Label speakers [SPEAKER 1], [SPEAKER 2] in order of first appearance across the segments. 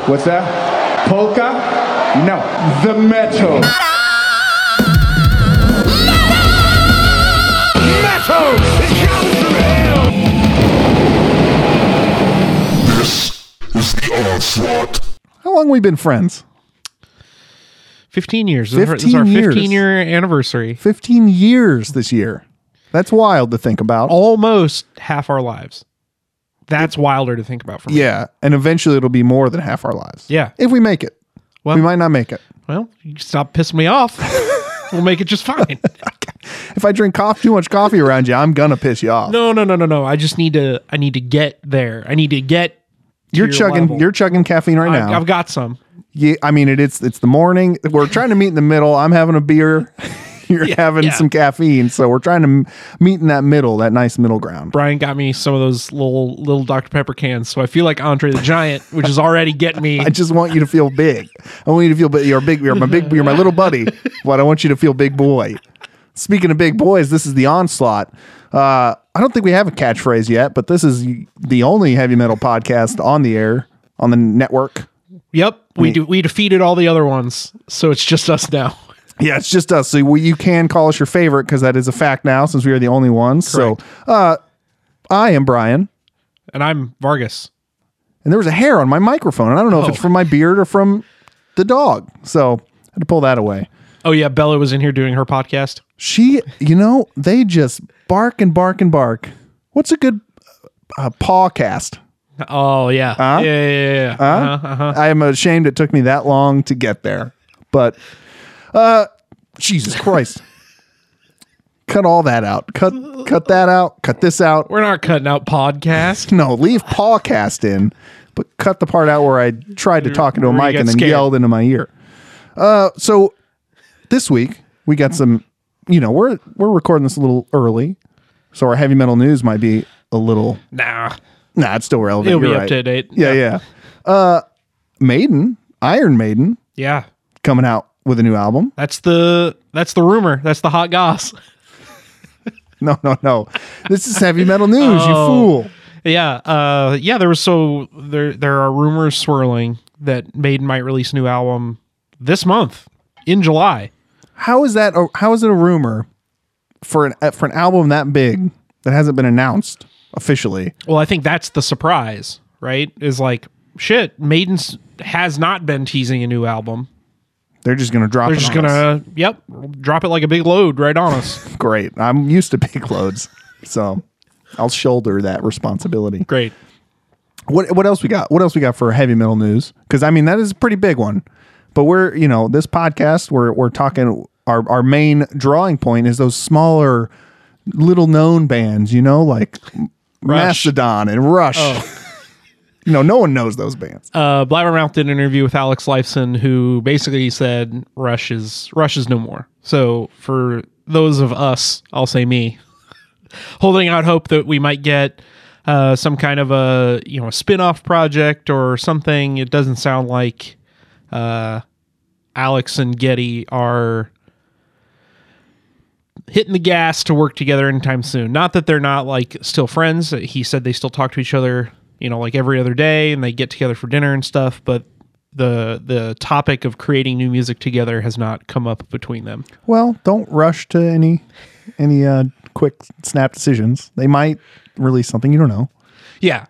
[SPEAKER 1] What's that? Polka? No. The metal.
[SPEAKER 2] Metal! It comes from hell!
[SPEAKER 3] This is the onslaught.
[SPEAKER 4] How long we been friends?
[SPEAKER 5] 15 years. This is our- this is our
[SPEAKER 4] 15 years.
[SPEAKER 5] 15 year anniversary.
[SPEAKER 4] 15 years this year. That's wild to think about.
[SPEAKER 5] Almost half our lives. That's wilder to think about for me.
[SPEAKER 4] yeah, and eventually it'll be more than half our lives.
[SPEAKER 5] Yeah.
[SPEAKER 4] If we make it.
[SPEAKER 5] Well-
[SPEAKER 4] we might not make it.
[SPEAKER 5] Well, you stop pissing me off. we'll make it just fine.
[SPEAKER 4] If I drink coffee, too much coffee around you, I'm going to piss you off.
[SPEAKER 5] No, no, no, no, no. I just need to. I need to get there. I need to get. to
[SPEAKER 4] you're
[SPEAKER 5] your
[SPEAKER 4] chugging
[SPEAKER 5] level.
[SPEAKER 4] you're chugging caffeine right
[SPEAKER 5] I've,
[SPEAKER 4] now.
[SPEAKER 5] I've got some.
[SPEAKER 4] yeah, I mean it, it's it's the morning. We're trying to meet in the middle. I'm having a beer. You're having
[SPEAKER 5] yeah.
[SPEAKER 4] some caffeine, so we're trying to m- meet in that middle, that nice middle ground.
[SPEAKER 5] Brian got me some of those little little Dr Pepper cans, so I feel like Andre the Giant, which is already getting me.
[SPEAKER 4] I just want you to feel big. I want you to feel big. You're big. You're my big. You're my little buddy. But I want you to feel big boy. Speaking of big boys, this is the onslaught. Uh, I don't think we have a catchphrase yet, but this is the only heavy metal podcast on the air on the network.
[SPEAKER 5] yep, we do. We defeated all the other ones, so it's just us now.
[SPEAKER 4] Yeah, it's just us. So we, you can call us your favorite because that is a fact now, since we are the only ones. So uh, I am Brian,
[SPEAKER 5] And I'm Vargas.
[SPEAKER 4] and there was a hair on my microphone, and I don't know if it's from my beard or from the dog. So I had to pull that away.
[SPEAKER 5] Oh yeah, Bella was in here doing her podcast.
[SPEAKER 4] She, you know, they just bark and bark and bark. What's a good uh, paw cast?
[SPEAKER 5] Oh yeah, yeah, yeah, yeah, yeah. Uh-huh, uh-huh.
[SPEAKER 4] I am ashamed it took me that long to get there, but uh, Jesus Christ! cut all that out. Cut, cut that out. Cut this out.
[SPEAKER 5] We're not cutting out podcast.
[SPEAKER 4] No, leave paw cast in, but cut the part out where I tried to talk into a
[SPEAKER 5] where you
[SPEAKER 4] mic
[SPEAKER 5] got
[SPEAKER 4] and then
[SPEAKER 5] scared.
[SPEAKER 4] yelled into my ear. Uh, so this week we got some. You know, we're we're recording this a little early, so our heavy metal news might be a little.
[SPEAKER 5] nah,
[SPEAKER 4] Nah, it's still relevant.
[SPEAKER 5] it'll be
[SPEAKER 4] you're
[SPEAKER 5] up
[SPEAKER 4] right.
[SPEAKER 5] to date.
[SPEAKER 4] Yeah, yeah. Uh, Maiden, Iron Maiden,
[SPEAKER 5] yeah.
[SPEAKER 4] coming out with a new album.
[SPEAKER 5] That's the that's the rumor. That's the hot goss.
[SPEAKER 4] No, no, no. This is heavy metal news.
[SPEAKER 5] Oh.
[SPEAKER 4] You fool.
[SPEAKER 5] Yeah, uh, yeah. There was so there there are rumors swirling that Maiden might release a new album this month in July.
[SPEAKER 4] How is that? A, how is it a rumor for an for an album that big that hasn't been announced officially?
[SPEAKER 5] Well, I think that's the surprise, right? Is like shit. Maiden's has not been teasing a new album.
[SPEAKER 4] They're just gonna drop.
[SPEAKER 5] They're
[SPEAKER 4] it
[SPEAKER 5] just
[SPEAKER 4] on
[SPEAKER 5] gonna yep drop it like a big load right on us.
[SPEAKER 4] us. Great. I'm used to big loads, so I'll shoulder that responsibility.
[SPEAKER 5] Great.
[SPEAKER 4] What what else we got? What else we got for heavy metal news? Because I mean that is a pretty big one. But we're you know this podcast we're we're talking our our main drawing point is those smaller, little known bands. You know like Mastodon and Rush.
[SPEAKER 5] Oh.
[SPEAKER 4] you know no one knows those bands.
[SPEAKER 5] Uh, Blabbermouth did an interview with Alex Lifeson, who basically said Rush is Rush is no more. So for those of us, I'll say me, holding out hope that we might get uh, some kind of a you know a spin-off project or something. It doesn't sound like uh, Alex and Getty are hitting the gas to work together anytime soon. Not that they're not like still friends. He said they still talk to each other, you know, like every other day and they get together for dinner and stuff, but the the topic of creating new music together has not come up between them.
[SPEAKER 4] Well, don't rush to any any uh, quick snap decisions. They might release something you don't know.
[SPEAKER 5] Yeah.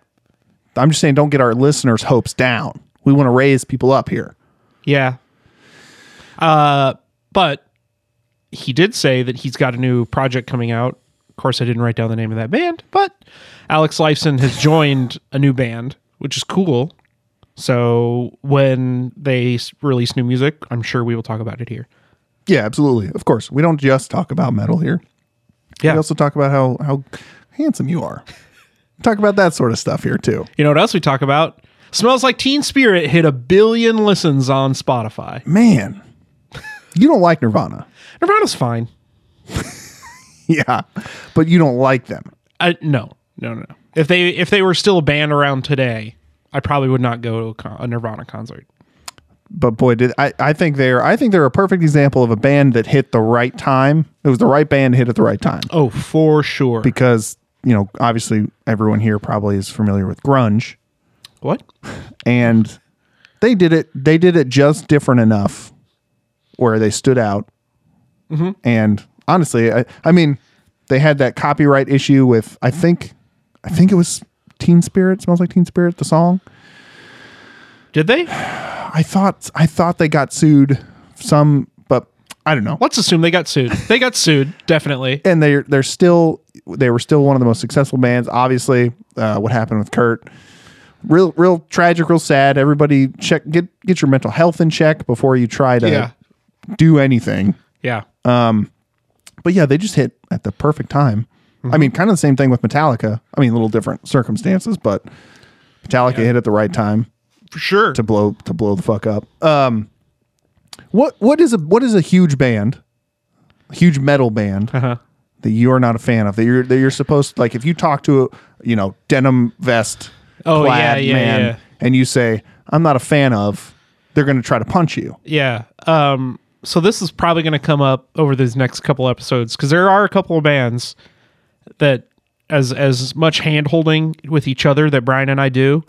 [SPEAKER 4] I'm just saying don't get our listeners' hopes down. We want to raise people up here.
[SPEAKER 5] Yeah. Uh but he did say that he's got a new project coming out. Of course I didn't write down the name of that band, but Alex Lifeson has joined a new band, which is cool. So when they s- release new music, I'm sure we will talk about it here.
[SPEAKER 4] Yeah, absolutely. Of course, we don't just talk about metal here.
[SPEAKER 5] Yeah.
[SPEAKER 4] We also talk about how how handsome you are. talk about that sort of stuff here too.
[SPEAKER 5] you know what else we talk about? Smells Like Teen Spirit hit a billion listens on Spotify.
[SPEAKER 4] Man, you don't like Nirvana.
[SPEAKER 5] Nirvana's fine.
[SPEAKER 4] Yeah, but you don't like them.
[SPEAKER 5] I, Uh, no, no, no. no. If they if they were still a band around today, I probably would not go to a, con- a Nirvana concert.
[SPEAKER 4] But boy, did I, I think they're I think they're a perfect example of a band that hit the right time. It was the right band hit at the right time.
[SPEAKER 5] Oh, for sure.
[SPEAKER 4] because you know obviously everyone here probably is familiar with grunge
[SPEAKER 5] what?
[SPEAKER 4] and They did it. They did it just different enough where they stood out. And honestly, I, I mean, they had that copyright issue with I think, I think it was Teen Spirit. Smells like Teen Spirit. The song.
[SPEAKER 5] Did they?
[SPEAKER 4] I thought I thought they got sued some, but I don't know.
[SPEAKER 5] Let's assume they got sued. They got sued, definitely.
[SPEAKER 4] and they're they're still they were still one of the most successful bands. Obviously, uh, what happened with Kurt, real real tragic, real sad. Everybody check get get your mental health in check before you try to
[SPEAKER 5] Yeah.
[SPEAKER 4] do anything.
[SPEAKER 5] Yeah.
[SPEAKER 4] But yeah, they just hit at the perfect time. I mean, kind of the same thing with Metallica. I mean, a little different circumstances, but Metallica hit at the right time
[SPEAKER 5] For sure.
[SPEAKER 4] to blow to blow the fuck up. Um, what what is a what is a huge band, a huge metal band
[SPEAKER 5] Uh-huh.
[SPEAKER 4] that you are not a fan of that you're that you're supposed to like if you talk to a you know denim vest
[SPEAKER 5] Oh, yeah,
[SPEAKER 4] clad
[SPEAKER 5] yeah,
[SPEAKER 4] man
[SPEAKER 5] yeah.
[SPEAKER 4] and you say I'm not a fan of, they're going to try to punch you.
[SPEAKER 5] Yeah. Um, so this is probably going to come up over these next couple episodes because there are a couple of bands that, as as much hand holding with each other that Brian and I do,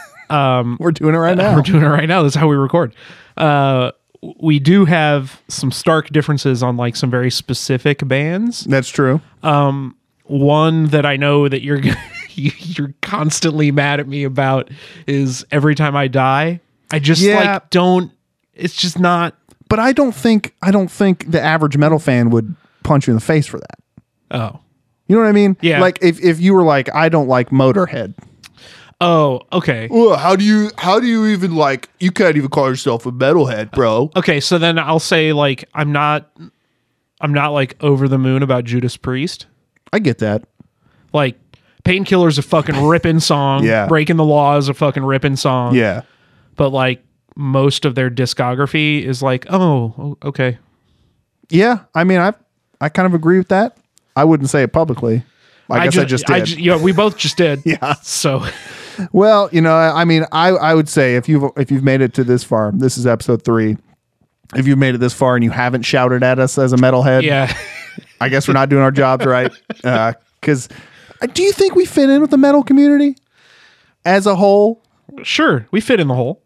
[SPEAKER 4] We're doing it right now.
[SPEAKER 5] Uh, we're doing it right now. That's how we record. Uh, we do have some stark differences on like some very specific bands.
[SPEAKER 4] That's true.
[SPEAKER 5] One that I know that you're gonna- you- you're constantly mad at me about is every time I die. I just
[SPEAKER 4] Yeah.
[SPEAKER 5] like don't. It's just not.
[SPEAKER 4] But I don't think I don't think the average metal fan would punch you in the face for that.
[SPEAKER 5] Oh.
[SPEAKER 4] You know what I mean?
[SPEAKER 5] Yeah.
[SPEAKER 4] Like if, if you were like I don't like Motorhead.
[SPEAKER 5] Oh, okay.
[SPEAKER 4] Well, how do you how do you even like you can't even call yourself a metalhead, bro?
[SPEAKER 5] Okay, so then I'll say like I'm not I'm not like over the moon about Judas Priest.
[SPEAKER 4] I get that.
[SPEAKER 5] Like Painkiller's a fucking ripping song.
[SPEAKER 4] Yeah.
[SPEAKER 5] Breaking the Law is a fucking ripping song.
[SPEAKER 4] Yeah.
[SPEAKER 5] But like most of their discography is like, oh, o- okay.
[SPEAKER 4] Yeah, I mean, I I kind of agree with that. I wouldn't say it publicly. I, guess I just did.
[SPEAKER 5] ju- yeah, we both just did. yeah. So
[SPEAKER 4] well, you know, I I mean, I I would say if you've if you've made it to this far, this is episode three. If you've made it this far and you haven't shouted at us as a metalhead,
[SPEAKER 5] yeah.
[SPEAKER 4] I guess we're not doing our jobs right. Because do you think we fit in with the metal community as a whole?
[SPEAKER 5] sure. We fit in the hole.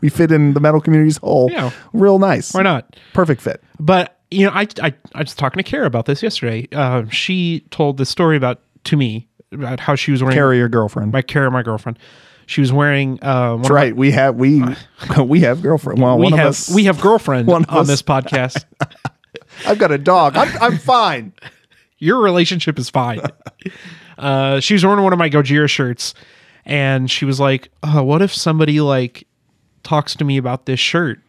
[SPEAKER 4] We fit in the metal community's whole.
[SPEAKER 5] Yeah.
[SPEAKER 4] Real nice.
[SPEAKER 5] Why not?
[SPEAKER 4] Perfect fit.
[SPEAKER 5] But you know, I I, I was talking to Kara about this yesterday. Um, she told this story about to me about how she was wearing
[SPEAKER 4] Carry your girlfriend.
[SPEAKER 5] my Kara, my girlfriend. She was wearing um,
[SPEAKER 4] That's right. We have we we have girlfriend. Well,
[SPEAKER 5] we
[SPEAKER 4] one
[SPEAKER 5] have
[SPEAKER 4] of us
[SPEAKER 5] we have girlfriend
[SPEAKER 4] one
[SPEAKER 5] on
[SPEAKER 4] of us-
[SPEAKER 5] this podcast.
[SPEAKER 4] I've got a dog. I'm, I'm fine.
[SPEAKER 5] Your relationship is fine. uh, she was wearing one of my Gojira shirts, and she was like, oh, "What if somebody like talks to me about this shirt?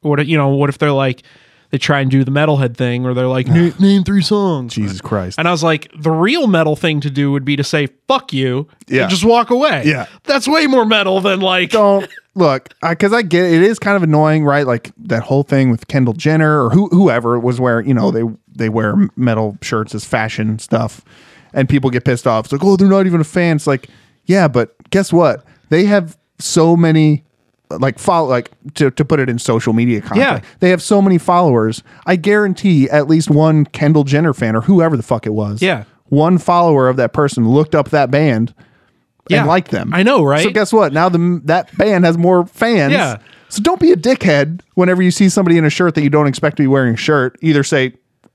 [SPEAKER 5] What if, you know? What if they're like they try and do the metalhead thing, or they're like "Na- name three songs?
[SPEAKER 4] Jesus Christ.
[SPEAKER 5] And I was like, the real metal thing to do would be to say "fuck you"
[SPEAKER 4] Yeah.
[SPEAKER 5] and just walk away.
[SPEAKER 4] Yeah.
[SPEAKER 5] that's way more metal than like
[SPEAKER 4] don't look because I, get it. it is kind of annoying, right? Like that whole thing with Kendall Jenner or who, whoever was wearing, you know, they they wear metal shirts as fashion stuff, and people get pissed off. It's like, oh, they're not even a fan. It's like, yeah, but guess what? They have so many. Like follow, like to, to put it in social media context,
[SPEAKER 5] Yeah.
[SPEAKER 4] they have so many followers. I guarantee at least one Kendall Jenner fan or whoever the fuck it was,
[SPEAKER 5] Yeah.
[SPEAKER 4] one follower of that person looked up that band
[SPEAKER 5] Yeah.
[SPEAKER 4] and like them.
[SPEAKER 5] I know, right?
[SPEAKER 4] So guess what? Now the that band has more fans.
[SPEAKER 5] Yeah.
[SPEAKER 4] So don't be a dickhead whenever you see somebody in a shirt that you don't expect to be wearing a shirt. Either say,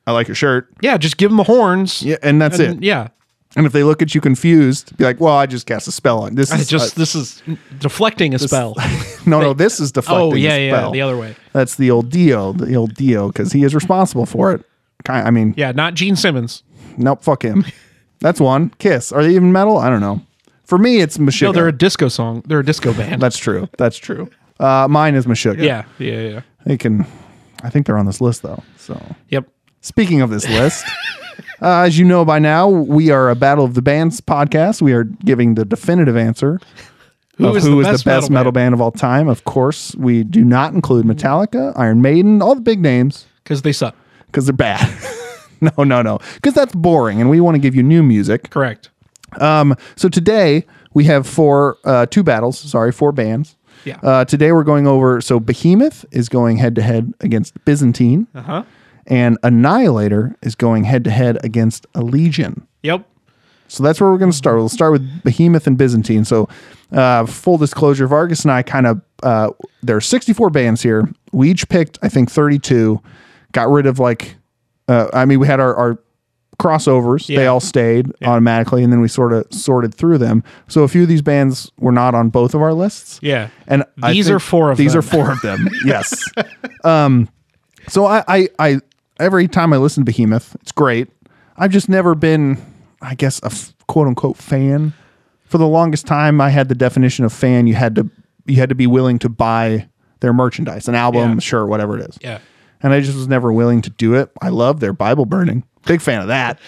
[SPEAKER 4] "I like your shirt,"
[SPEAKER 5] yeah, just give them the horns.
[SPEAKER 4] yeah, and that's
[SPEAKER 5] And-
[SPEAKER 4] it.
[SPEAKER 5] yeah.
[SPEAKER 4] And if they look at you confused, be like, "Well, I just cast a spell on this."
[SPEAKER 5] I
[SPEAKER 4] Is
[SPEAKER 5] just
[SPEAKER 4] uh,
[SPEAKER 5] this is deflecting a spell.
[SPEAKER 4] no, no, this is deflecting.
[SPEAKER 5] oh yeah,
[SPEAKER 4] the
[SPEAKER 5] yeah,
[SPEAKER 4] spell.
[SPEAKER 5] the other way.
[SPEAKER 4] That's the old Dio, the old Dio, because he is responsible for it. Ki- I mean,
[SPEAKER 5] Yeah, not Gene Simmons.
[SPEAKER 4] nope, fuck him. That's one. Kiss. Are they even metal? I don't know. For me, it's Meshuggah.
[SPEAKER 5] No, they're a disco song. They're a disco band.
[SPEAKER 4] That's true. That's true. Uh, mine is Meshuggah.
[SPEAKER 5] yeah, yeah, yeah.
[SPEAKER 4] They can. I think they're on this list though. So
[SPEAKER 5] Yep.
[SPEAKER 4] speaking of this list, uh, as you know by now, we are a Battle of the Bands podcast. We are giving the definitive answer
[SPEAKER 5] Who
[SPEAKER 4] of
[SPEAKER 5] is
[SPEAKER 4] who is the best metal band of all time. Of course, we do not include Metallica, Iron Maiden, all the big names
[SPEAKER 5] Because they suck.
[SPEAKER 4] because they're bad. no, no, no, because that's boring, and we want to give you new music.
[SPEAKER 5] Correct.
[SPEAKER 4] Um, so today we have four, uh, two battles. Sorry, four bands.
[SPEAKER 5] Yeah.
[SPEAKER 4] Uh, today we're going over. So Behemoth is going head to head against Byzantine,
[SPEAKER 5] Uh huh.
[SPEAKER 4] and Annihilator is going head to head against Allegion.
[SPEAKER 5] Yep.
[SPEAKER 4] So that's where we're going to start. We'll start with Behemoth and Byzantine. So, uh, full disclosure, Vargas and I kind of uh, there are 64 bands here. We each picked, I think, 32. Got rid of like, uh, I mean, we had our, our crossovers. They
[SPEAKER 5] Yeah.
[SPEAKER 4] all stayed automatically, and then we sort of sorted through them. So a few of these bands were not on both of our lists.
[SPEAKER 5] Yeah.
[SPEAKER 4] And I
[SPEAKER 5] These
[SPEAKER 4] think
[SPEAKER 5] are four of
[SPEAKER 4] these
[SPEAKER 5] them.
[SPEAKER 4] are four of them. yes. Um, so I, I, I, every time I listen to Behemoth, it's great. I've just never been, I guess, a f- quote unquote fan. For the longest time, I had the definition of fan. You had to, you had to be willing to buy their merchandise, an album,
[SPEAKER 5] Yeah.
[SPEAKER 4] sure, whatever it is.
[SPEAKER 5] Yeah.
[SPEAKER 4] And I just was never willing to do it. I love their Bible burning. Big fan of that.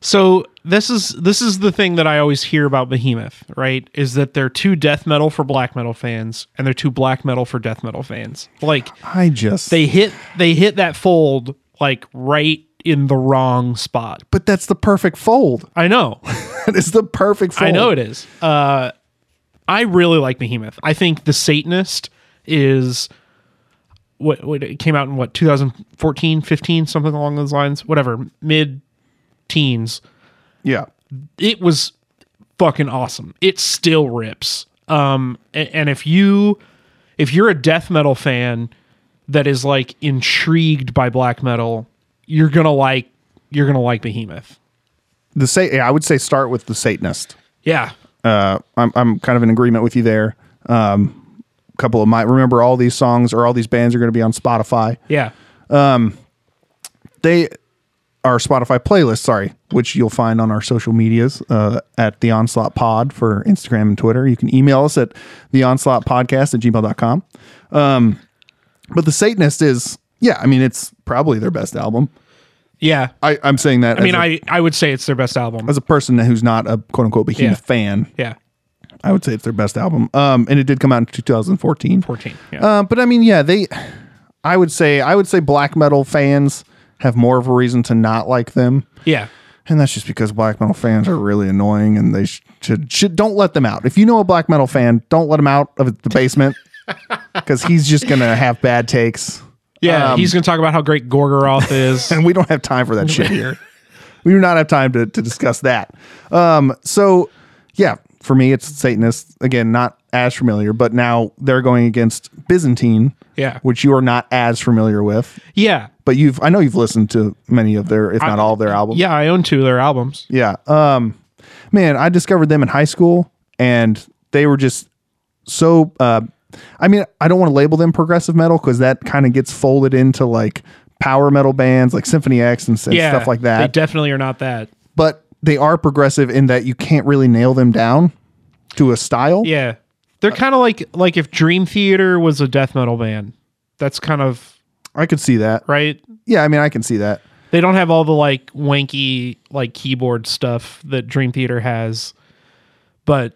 [SPEAKER 5] So this is this is the thing that I always hear about Behemoth, right? Is that they're too death metal for black metal fans, and they're too black metal for death metal fans. Like
[SPEAKER 4] I just
[SPEAKER 5] they hit they hit that fold like right in the wrong spot.
[SPEAKER 4] but that's the perfect fold.
[SPEAKER 5] I know,
[SPEAKER 4] it's the perfect fold.
[SPEAKER 5] I know it is. Uh, I really like Behemoth. I think the Satanist is what, what it came out in what 2014, 15, something along those lines. Whatever, mid teens.
[SPEAKER 4] Yeah.
[SPEAKER 5] it was fucking awesome. It still rips. Um, a- and, if you if you're a death metal fan that is like intrigued by black metal, you're gonna like you're gonna like Behemoth.
[SPEAKER 4] The Sa- yeah, I would say start with the Satanist.
[SPEAKER 5] Yeah,
[SPEAKER 4] uh, I'm, I'm kind of in agreement with you there. Um, couple of my remember all these songs or all these bands are going to be on Spotify.
[SPEAKER 5] yeah,
[SPEAKER 4] They are Spotify playlists, sorry, which you'll find on our social medias uh, at the Onslaught Pod for Instagram and Twitter. You can email us at the Onslaught Podcast at gmail.com. Um, but the Satanist is, yeah, I mean, it's probably their best album.
[SPEAKER 5] yeah.
[SPEAKER 4] I, I'm saying that.
[SPEAKER 5] I mean,
[SPEAKER 4] as a-
[SPEAKER 5] I I would say it's their best album.
[SPEAKER 4] as a person who's not a quote unquote behemoth
[SPEAKER 5] Yeah.
[SPEAKER 4] fan,
[SPEAKER 5] Yeah,
[SPEAKER 4] I would say it's their best album. Um, and it did come out in 2014.
[SPEAKER 5] fourteen. Yeah,
[SPEAKER 4] Uh, but I mean, yeah, they. I would say I would say black metal fans have more of a reason to not like them,
[SPEAKER 5] yeah,
[SPEAKER 4] and that's just because black metal fans are really annoying, and they sh- should, should don't let them out. If you know a black metal fan, don't let him out of the basement because he's just gonna have bad takes,
[SPEAKER 5] yeah.
[SPEAKER 4] Um,
[SPEAKER 5] Uh, he's gonna talk about how great Gorgoroth is.
[SPEAKER 4] and we don't have time for that shit here. We do not have time to to discuss that. Um, so yeah, for me, it's Satanists again, not as familiar, but now they're going against Byzantine,
[SPEAKER 5] Yeah.
[SPEAKER 4] which you are not as familiar with.
[SPEAKER 5] yeah,
[SPEAKER 4] but you've I know you've listened to many of their, if not all of their albums.
[SPEAKER 5] yeah. I own two of their albums.
[SPEAKER 4] Yeah. Um, man, I discovered them in high school, and they were just so. Uh, I mean, I don't want to label them progressive metal because that kind of gets folded into like power metal bands like Symphony X and, and
[SPEAKER 5] Yeah,
[SPEAKER 4] stuff like
[SPEAKER 5] They
[SPEAKER 4] that.
[SPEAKER 5] definitely are not that.
[SPEAKER 4] but they are progressive in that you can't really nail them down to a style.
[SPEAKER 5] Yeah. They're kind of like like if Dream Theater was a death metal band. That's kind of
[SPEAKER 4] I could see that.
[SPEAKER 5] right.
[SPEAKER 4] Yeah, I mean, I can see that.
[SPEAKER 5] They don't have all the like wanky like keyboard stuff that Dream Theater has. But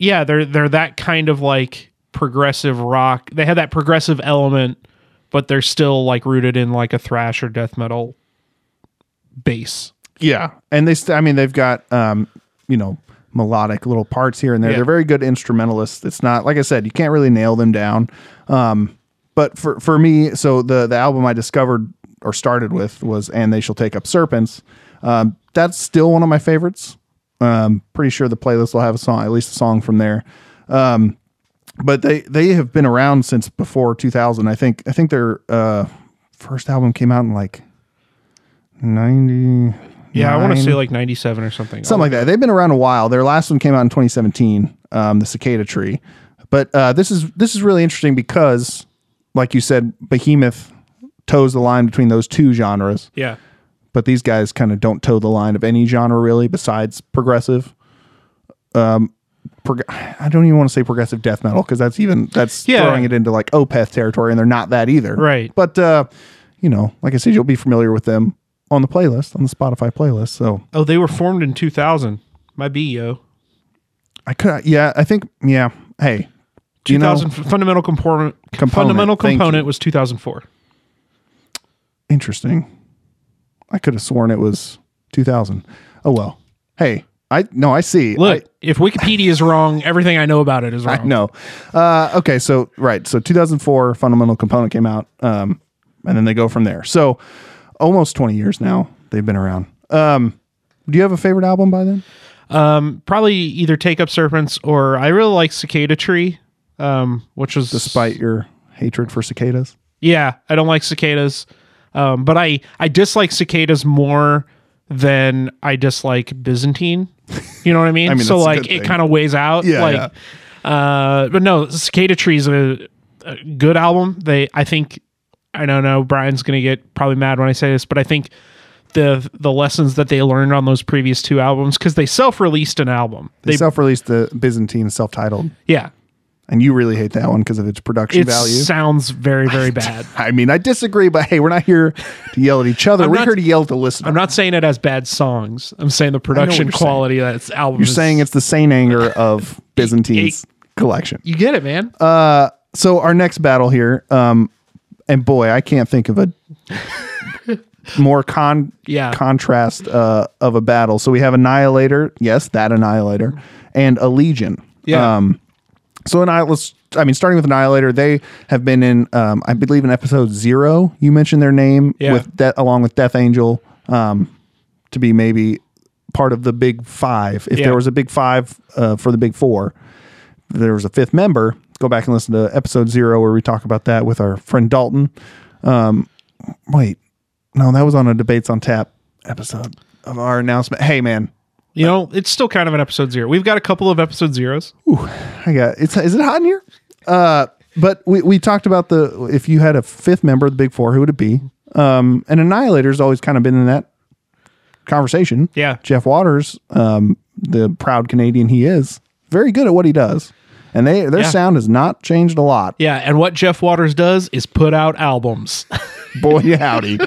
[SPEAKER 5] yeah, they're they're that kind of like progressive rock. They have that progressive element, but they're still like rooted in like a thrash or death metal base.
[SPEAKER 4] Yeah, and they st- I mean they've got um, you know melodic little parts here and there.
[SPEAKER 5] Yeah.
[SPEAKER 4] They're very good instrumentalists. It's not like I said, you can't really nail them down. Um, but for for me, so the the album I discovered or started with was "And They Shall Take Up Serpents." Um, that's still one of my favorites. Um, pretty sure the playlist will have a song, at least a song from there. Um, but they they have been around since before 2000. I think I think their uh, first album came out in like 90.
[SPEAKER 5] Yeah, I want to say like 97 or something.
[SPEAKER 4] Something like that. They've been around a while. Their last one came out in 2017, um, the Cicada Tree. But uh, this is this is really interesting because, like you said, Behemoth toes the line between those two genres.
[SPEAKER 5] Yeah.
[SPEAKER 4] But these guys kind of don't toe the line of any genre really, besides progressive. Um, prog- I don't even want to say progressive death metal because that's even that's
[SPEAKER 5] Yeah.
[SPEAKER 4] throwing it into like Opeth territory, and they're not that either.
[SPEAKER 5] Right.
[SPEAKER 4] But uh, you know, like I said, you'll be familiar with them on the playlist on the Spotify playlist. So
[SPEAKER 5] Oh, they were formed in 2000. My B, yo.
[SPEAKER 4] I could, yeah, I think, yeah. Hey, do you know?
[SPEAKER 5] 2000 fundamental component,
[SPEAKER 4] Component,
[SPEAKER 5] fundamental
[SPEAKER 4] thank you.
[SPEAKER 5] component was 2004
[SPEAKER 4] Interesting. I could have sworn it was 2000. Oh well. Hey, I no, I see.
[SPEAKER 5] look if wikipedia is wrong everything i know about it is
[SPEAKER 4] I,
[SPEAKER 5] wrong
[SPEAKER 4] I know. Uh, okay, so right, so 2004, fundamental component came out, um, and then they go from there. So almost 20 years now they've been around. Um, do you have a favorite album by then?
[SPEAKER 5] Um, probably either take up serpents or I really like cicada tree, um, which was
[SPEAKER 4] despite your hatred for cicadas.
[SPEAKER 5] yeah, I don't like cicadas, um, but I I dislike cicadas more than I dislike Byzantine. You know what I mean?
[SPEAKER 4] I mean,
[SPEAKER 5] so
[SPEAKER 4] that's a
[SPEAKER 5] like
[SPEAKER 4] good
[SPEAKER 5] it
[SPEAKER 4] thing.
[SPEAKER 5] kind of weighs out.
[SPEAKER 4] Yeah,
[SPEAKER 5] like, Uh, but no, Cicada Tree is a, a good album. They I think I don't know. Brian's gonna get probably mad when I say this, but I think the the lessons that they learned on those previous two albums because they self released an album.
[SPEAKER 4] They,
[SPEAKER 5] They
[SPEAKER 4] self-released the Byzantine self-titled,
[SPEAKER 5] yeah,
[SPEAKER 4] and you really hate that one because of its production
[SPEAKER 5] it
[SPEAKER 4] value.
[SPEAKER 5] sounds very very bad.
[SPEAKER 4] I mean, I disagree, but hey, we're not here to yell at each other.
[SPEAKER 5] I'm
[SPEAKER 4] we're
[SPEAKER 5] not-
[SPEAKER 4] here to yell at the listener.
[SPEAKER 5] I'm not saying it has bad songs. I'm saying the production
[SPEAKER 4] you're
[SPEAKER 5] quality of that album.
[SPEAKER 4] You're saying it's the Saint Anger of Byzantine's collection.
[SPEAKER 5] You get it, man.
[SPEAKER 4] Uh, So our next battle here, um, and boy, I can't think of a more con
[SPEAKER 5] Yeah.
[SPEAKER 4] contrast uh, of a battle. So we have Annihilator, yes, that Annihilator, and a Legion.
[SPEAKER 5] Yeah.
[SPEAKER 4] Um, so Annihilator, I mean, starting with Annihilator, they have been in, um, I believe, in episode zero. You mentioned their name
[SPEAKER 5] Yeah.
[SPEAKER 4] with De- along with Death Angel um, to be maybe part of the Big Five. If
[SPEAKER 5] Yeah.
[SPEAKER 4] there was a Big Five uh, for the Big Four, there was a fifth member. Go back and listen to episode zero where we talk about that with our friend Dalton. Um, wait, no, that was on a debates on tap episode of our announcement. Hey, man,
[SPEAKER 5] you know, it's still kind of an episode zero. We've got a couple of episode zeros.
[SPEAKER 4] I got it's is it hot in here? Uh, but we we talked about the if you had a fifth member of the big four, who would it be? Um, and Annihilator's always kind of been in that conversation.
[SPEAKER 5] Yeah.
[SPEAKER 4] Jeff Waters, um, the proud Canadian he is, very good at what he does, and they their
[SPEAKER 5] Yeah.
[SPEAKER 4] sound has not changed a lot.
[SPEAKER 5] Yeah, and what Jeff Waters does is put out albums.
[SPEAKER 4] boy howdy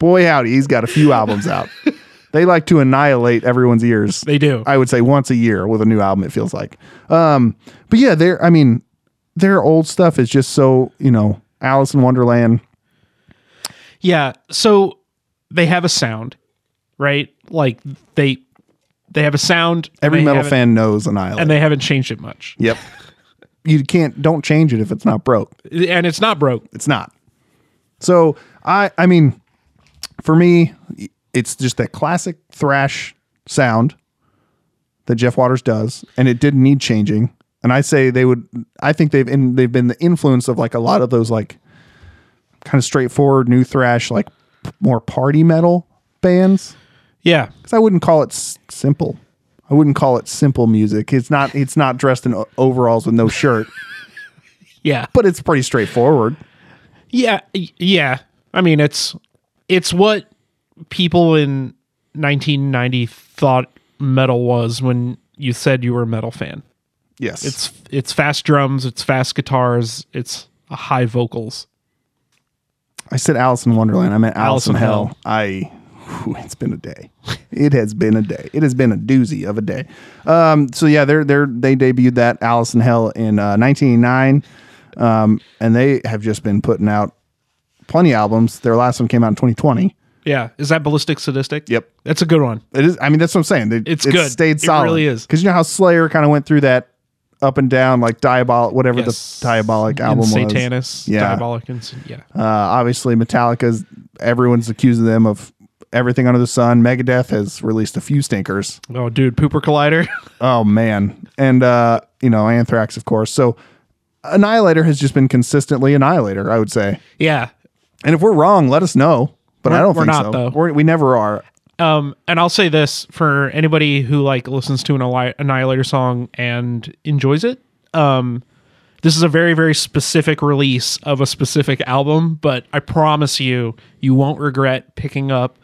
[SPEAKER 4] boy howdy he's got a few albums out they like to annihilate everyone's ears
[SPEAKER 5] They do.
[SPEAKER 4] i would say once a year with a new album it feels like um but yeah they're i mean their old stuff is just so you know alice in wonderland
[SPEAKER 5] yeah, so they have a sound, right? Like they they have a sound. and
[SPEAKER 4] every
[SPEAKER 5] they
[SPEAKER 4] metal
[SPEAKER 5] haven't-
[SPEAKER 4] fan knows annihilate
[SPEAKER 5] and they haven't changed it much.
[SPEAKER 4] yep you can't don't change it if it's not broke
[SPEAKER 5] And it's not broke.
[SPEAKER 4] It's not. So I I mean, for me, it's just that classic thrash sound that Jeff Waters does, and it didn't need changing. And I say they would. I think they've in, they've been the influence of like a lot of those like kind of straightforward new thrash, like p- more party metal bands.
[SPEAKER 5] Yeah.
[SPEAKER 4] Because I wouldn't call it s- simple. I wouldn't call it simple music. It's not. It's not dressed in o- overalls with no shirt,
[SPEAKER 5] Yeah.
[SPEAKER 4] but it's pretty straightforward.
[SPEAKER 5] Yeah, y- yeah. I mean, it's it's what people in 1990 thought metal was when you said you were a metal fan.
[SPEAKER 4] Yes,
[SPEAKER 5] It's it's fast drums, it's fast guitars, it's high vocals.
[SPEAKER 4] I said Alice in Wonderland. I meant
[SPEAKER 5] Alice
[SPEAKER 4] Alice,
[SPEAKER 5] in
[SPEAKER 4] in Hell.
[SPEAKER 5] Hell.
[SPEAKER 4] I. whew, it's been a day. It has been a day. It has been a doozy of a day. Um, so yeah, they're they're they debuted that Alice in Hell in uh, 1989, um, and they have just been putting out plenty of albums. Their last one came out in 2020.
[SPEAKER 5] Yeah, is that ballistic sadistic?
[SPEAKER 4] Yep.
[SPEAKER 5] that's a good one.
[SPEAKER 4] It is. I mean, that's what I'm saying. They,
[SPEAKER 5] It's good.
[SPEAKER 4] Stayed
[SPEAKER 5] It
[SPEAKER 4] solid.
[SPEAKER 5] really is.
[SPEAKER 4] Because you know how Slayer kind of went through that up and down, like diabolic, whatever
[SPEAKER 5] Yes.
[SPEAKER 4] the diabolic album
[SPEAKER 5] and
[SPEAKER 4] was.
[SPEAKER 5] Satanus,
[SPEAKER 4] Yeah.
[SPEAKER 5] diabolic, and Sa- yeah,
[SPEAKER 4] Uh, obviously, Metallica's everyone's accusing them of everything under the sun. Megadeth has released a few stinkers.
[SPEAKER 5] oh dude, pooper collider.
[SPEAKER 4] Oh man, and uh, you know Anthrax, of course. So Annihilator has just been consistently Annihilator, I would say.
[SPEAKER 5] yeah,
[SPEAKER 4] And if we're wrong, let us know. But I
[SPEAKER 5] We're-
[SPEAKER 4] don't
[SPEAKER 5] we're not,
[SPEAKER 4] think so.
[SPEAKER 5] though.
[SPEAKER 4] We're, we never are.
[SPEAKER 5] Um, and I'll say this for anybody who like listens to an Anni- Annihilator song and enjoys it. Um, this is a very very specific release of a specific album, but I promise you, you won't regret picking up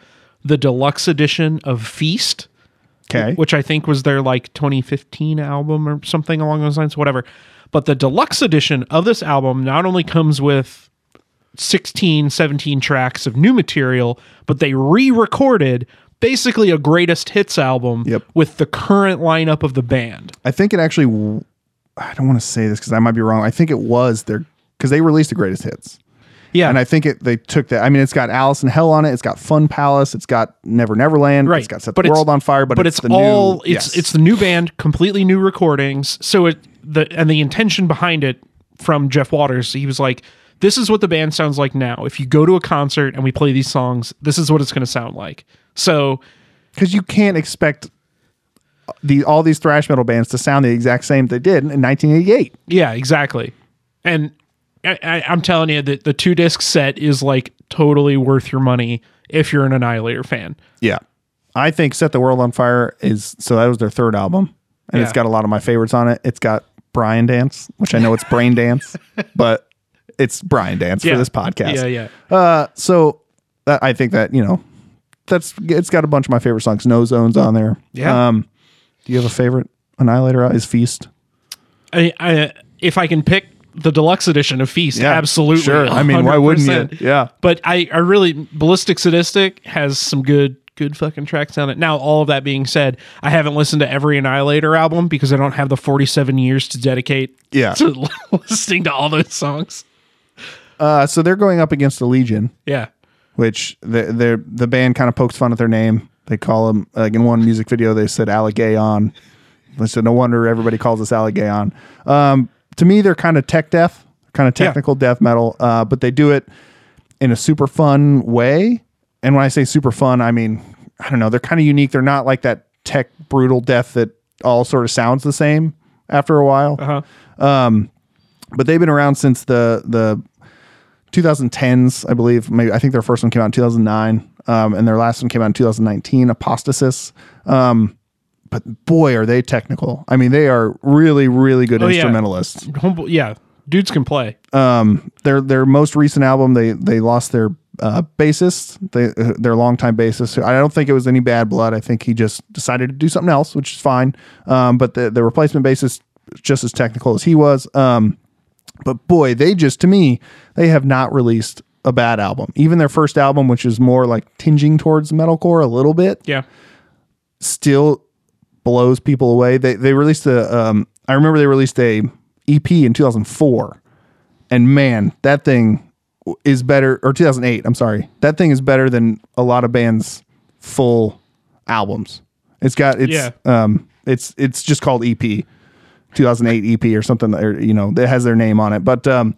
[SPEAKER 5] the deluxe edition of Feast,
[SPEAKER 4] Okay.
[SPEAKER 5] which I think was their like 2015 album or something along those lines, whatever. But the deluxe edition of this album not only comes with 16, 17 tracks of new material, but they re recorded basically a greatest hits album
[SPEAKER 4] Yep.
[SPEAKER 5] with the current lineup of the band.
[SPEAKER 4] I think it actually. w- I don't want to say this because I might be wrong. I think it was their because they released the greatest hits.
[SPEAKER 5] Yeah.
[SPEAKER 4] And I think it they took that. I mean, it's got Alice in Hell on it. It's got Fun Palace. It's got Never Neverland.
[SPEAKER 5] right.
[SPEAKER 4] It's got Set
[SPEAKER 5] But
[SPEAKER 4] the
[SPEAKER 5] it's-
[SPEAKER 4] World on Fire. But,
[SPEAKER 5] it's,
[SPEAKER 4] the new-
[SPEAKER 5] all it's
[SPEAKER 4] yes.
[SPEAKER 5] it's the new band, completely new recordings. So it the and the intention behind it from Jeff Waters, he was like, This is what the band sounds like now. If you go to a concert and we play these songs, this is what it's gonna sound like. So
[SPEAKER 4] because you can't expect the all these thrash metal bands to sound the exact same they did in 1988.
[SPEAKER 5] Yeah, exactly. And I, I, I'm telling you that the two disc set is like totally worth your money if you're an Annihilator fan.
[SPEAKER 4] Yeah. I think Set the World on Fire is so that was their third album. And it's
[SPEAKER 5] Yeah.
[SPEAKER 4] got a lot of my favorites on it. It's got Brian Dance, which I know it's Brain Dance, but it's Brian Dance
[SPEAKER 5] Yeah.
[SPEAKER 4] for this podcast.
[SPEAKER 5] Yeah, yeah.
[SPEAKER 4] Uh, so that, I think that, you know, that's it's got a bunch of my favorite songs. No Zones on there.
[SPEAKER 5] Yeah.
[SPEAKER 4] Um, do you have a favorite Annihilator? Is Feast?
[SPEAKER 5] I, I if I can pick the deluxe edition of Feast,
[SPEAKER 4] Yeah,
[SPEAKER 5] absolutely.
[SPEAKER 4] sure. I mean, why wouldn't you?
[SPEAKER 5] 100%.
[SPEAKER 4] Yeah.
[SPEAKER 5] But I, I really Ballistic Sadistic has some good good fucking tracks on it. Now, all of that being said, I haven't listened to every Annihilator album because I don't have the 47 years to dedicate
[SPEAKER 4] Yeah.
[SPEAKER 5] to listening to all those songs.
[SPEAKER 4] Uh, so they're going up against the Legion.
[SPEAKER 5] Yeah.
[SPEAKER 4] which the the the band kind of pokes fun at their name. They call them like in one music video they said Allegayon. They said no wonder everybody calls us Allegayon. Um, to me, they're kind of tech death, kind of technical death metal, uh, but they do it in a super fun way. And when I say super fun, I mean I don't know. They're kind of unique. They're not like that tech brutal death that all sort of sounds the same after a while
[SPEAKER 5] Uh-huh.
[SPEAKER 4] but they've been around since the the 2010s, I believe. Maybe I think their first one came out in 2009, um, and their last one came out in 2019. Apostasis. Um, but boy, are they technical! I mean, they are really, really good
[SPEAKER 5] Oh, yeah.
[SPEAKER 4] instrumentalists.
[SPEAKER 5] Humble, yeah. Dudes can play.
[SPEAKER 4] Uh, Um, Their their most recent album, they they lost their uh, bassist, they, uh, their longtime bassist. who- I don't think it was any bad blood. I think he just decided to do something else, which is fine. Um, but the the replacement bassist, is just as technical as he was. Um, but boy, they just to me, they have not released a bad album. Even their first album, which is more like tinging towards metalcore a little bit,
[SPEAKER 5] Yeah.
[SPEAKER 4] still blows people away. They they released a um I remember they released a EP in 2004. And man, that thing w- is better or 2008, I'm sorry. That thing is better than a lot of bands full albums. It's got it's
[SPEAKER 5] Yeah.
[SPEAKER 4] um it's it's just called E EP. 2008 EP E or something or you know that has their name on it. But um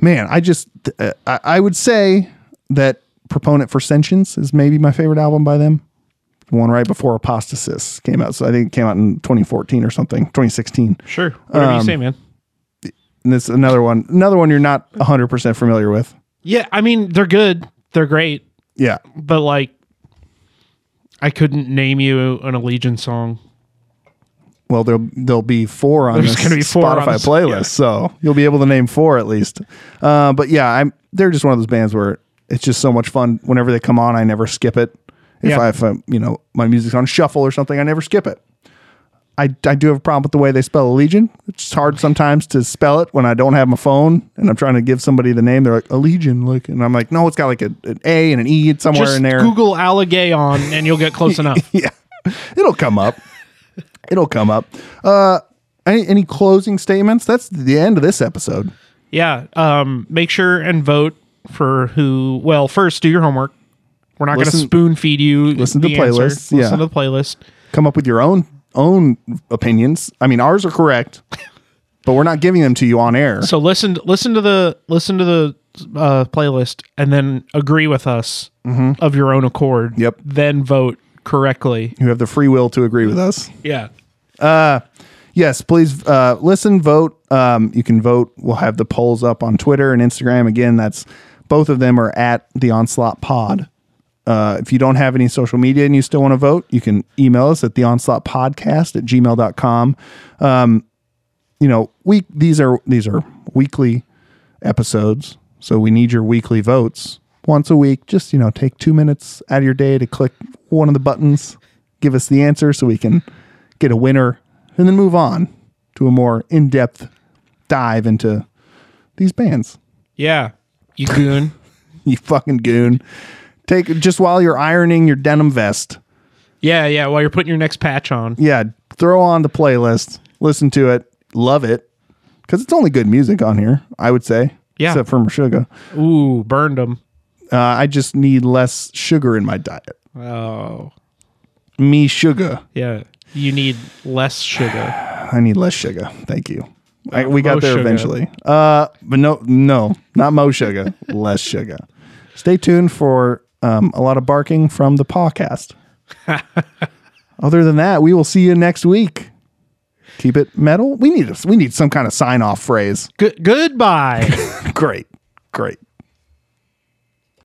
[SPEAKER 4] man, I just uh, I, I would say that Proponent for Sentience is maybe my favorite album by them the one right before Apostasis came out. So I think it came out in 2014 or something, 2016.
[SPEAKER 5] Sure. Whatever you say,
[SPEAKER 4] um,
[SPEAKER 5] man.
[SPEAKER 4] And this is another one, another one you're not 100% familiar with.
[SPEAKER 5] Yeah, I mean, they're good. They're great.
[SPEAKER 4] Yeah.
[SPEAKER 5] But like I couldn't name you an Allegiant song.
[SPEAKER 4] Well, there'll there'll be four on
[SPEAKER 5] There's
[SPEAKER 4] this
[SPEAKER 5] gonna be four on
[SPEAKER 4] Spotify
[SPEAKER 5] this-
[SPEAKER 4] playlist,
[SPEAKER 5] yeah.
[SPEAKER 4] so you'll be able to name four at least. Uh, but yeah, I'm they're just one of those bands where it's just so much fun. Whenever they come on, I never skip it. If
[SPEAKER 5] Yeah.
[SPEAKER 4] I if I, you know my music's on shuffle or something, I never skip it. I, I do have a problem with the way they spell Allegiant. It's hard sometimes to spell it when I don't have my phone and I'm trying to give somebody the name. They're like Allegiant, like, and I'm like, no, it's got like a, an A and an E somewhere
[SPEAKER 5] Just
[SPEAKER 4] in there.
[SPEAKER 5] Google Allegayon and you'll get close enough.
[SPEAKER 4] yeah, it'll come up. It'll come up. Uh, any, any closing statements? That's the end of this episode.
[SPEAKER 5] Yeah. Um, make sure and vote for who. Well, first do your homework. We're not going to
[SPEAKER 4] Listen-
[SPEAKER 5] spoon feed you.
[SPEAKER 4] listen to
[SPEAKER 5] the answer.
[SPEAKER 4] playlists, yeah.
[SPEAKER 5] Listen to the playlist.
[SPEAKER 4] Come up with your own own opinions. I mean, ours are correct, but we're not giving them to you on air.
[SPEAKER 5] So listen, listen to the listen to the uh, playlist, and then agree with us of your own accord.
[SPEAKER 4] Mm-hmm. Yep.
[SPEAKER 5] Then vote correctly.
[SPEAKER 4] you have the free will to agree with us.
[SPEAKER 5] Yeah.
[SPEAKER 4] Yes, please uh, listen, vote. Um, you can vote. We'll have the polls up on Twitter and Instagram. Again, that's both of them are at the Onslaught Pod. Uh, if you don't have any social media and you still want to vote, you can email us at the onslaught podcast at gmail.com. Um, you know, we these are these are weekly episodes, so we need your weekly votes once a week. Just you know, take two minutes out of your day to click one of the buttons, give us the answer, so we can get a winner, and then move on to a more in depth dive into these bands.
[SPEAKER 5] Yeah. You goon.
[SPEAKER 4] You fucking goon! Take just while you're ironing your denim vest.
[SPEAKER 5] yeah, yeah. While you're putting your next patch on.
[SPEAKER 4] yeah, throw on the playlist, listen to it, love it, because it's only good music on here. I would say,
[SPEAKER 5] Yeah.
[SPEAKER 4] except for Meshuggah.
[SPEAKER 5] Ooh, burned them.
[SPEAKER 4] Uh, I just need less sugar in my diet.
[SPEAKER 5] Oh.
[SPEAKER 4] Me sugar.
[SPEAKER 5] Yeah. You need less sugar.
[SPEAKER 4] I need less sugar. Thank you. I, we got
[SPEAKER 5] Mo
[SPEAKER 4] there
[SPEAKER 5] sugar.
[SPEAKER 4] eventually. Uh, but no, no, not mo sugar, less sugar. Stay tuned for um, a lot of barking from the podcast. Other than that, we will see you next week. Keep it metal. We need we need some kind of sign off phrase.
[SPEAKER 5] Good goodbye.
[SPEAKER 4] Great, great.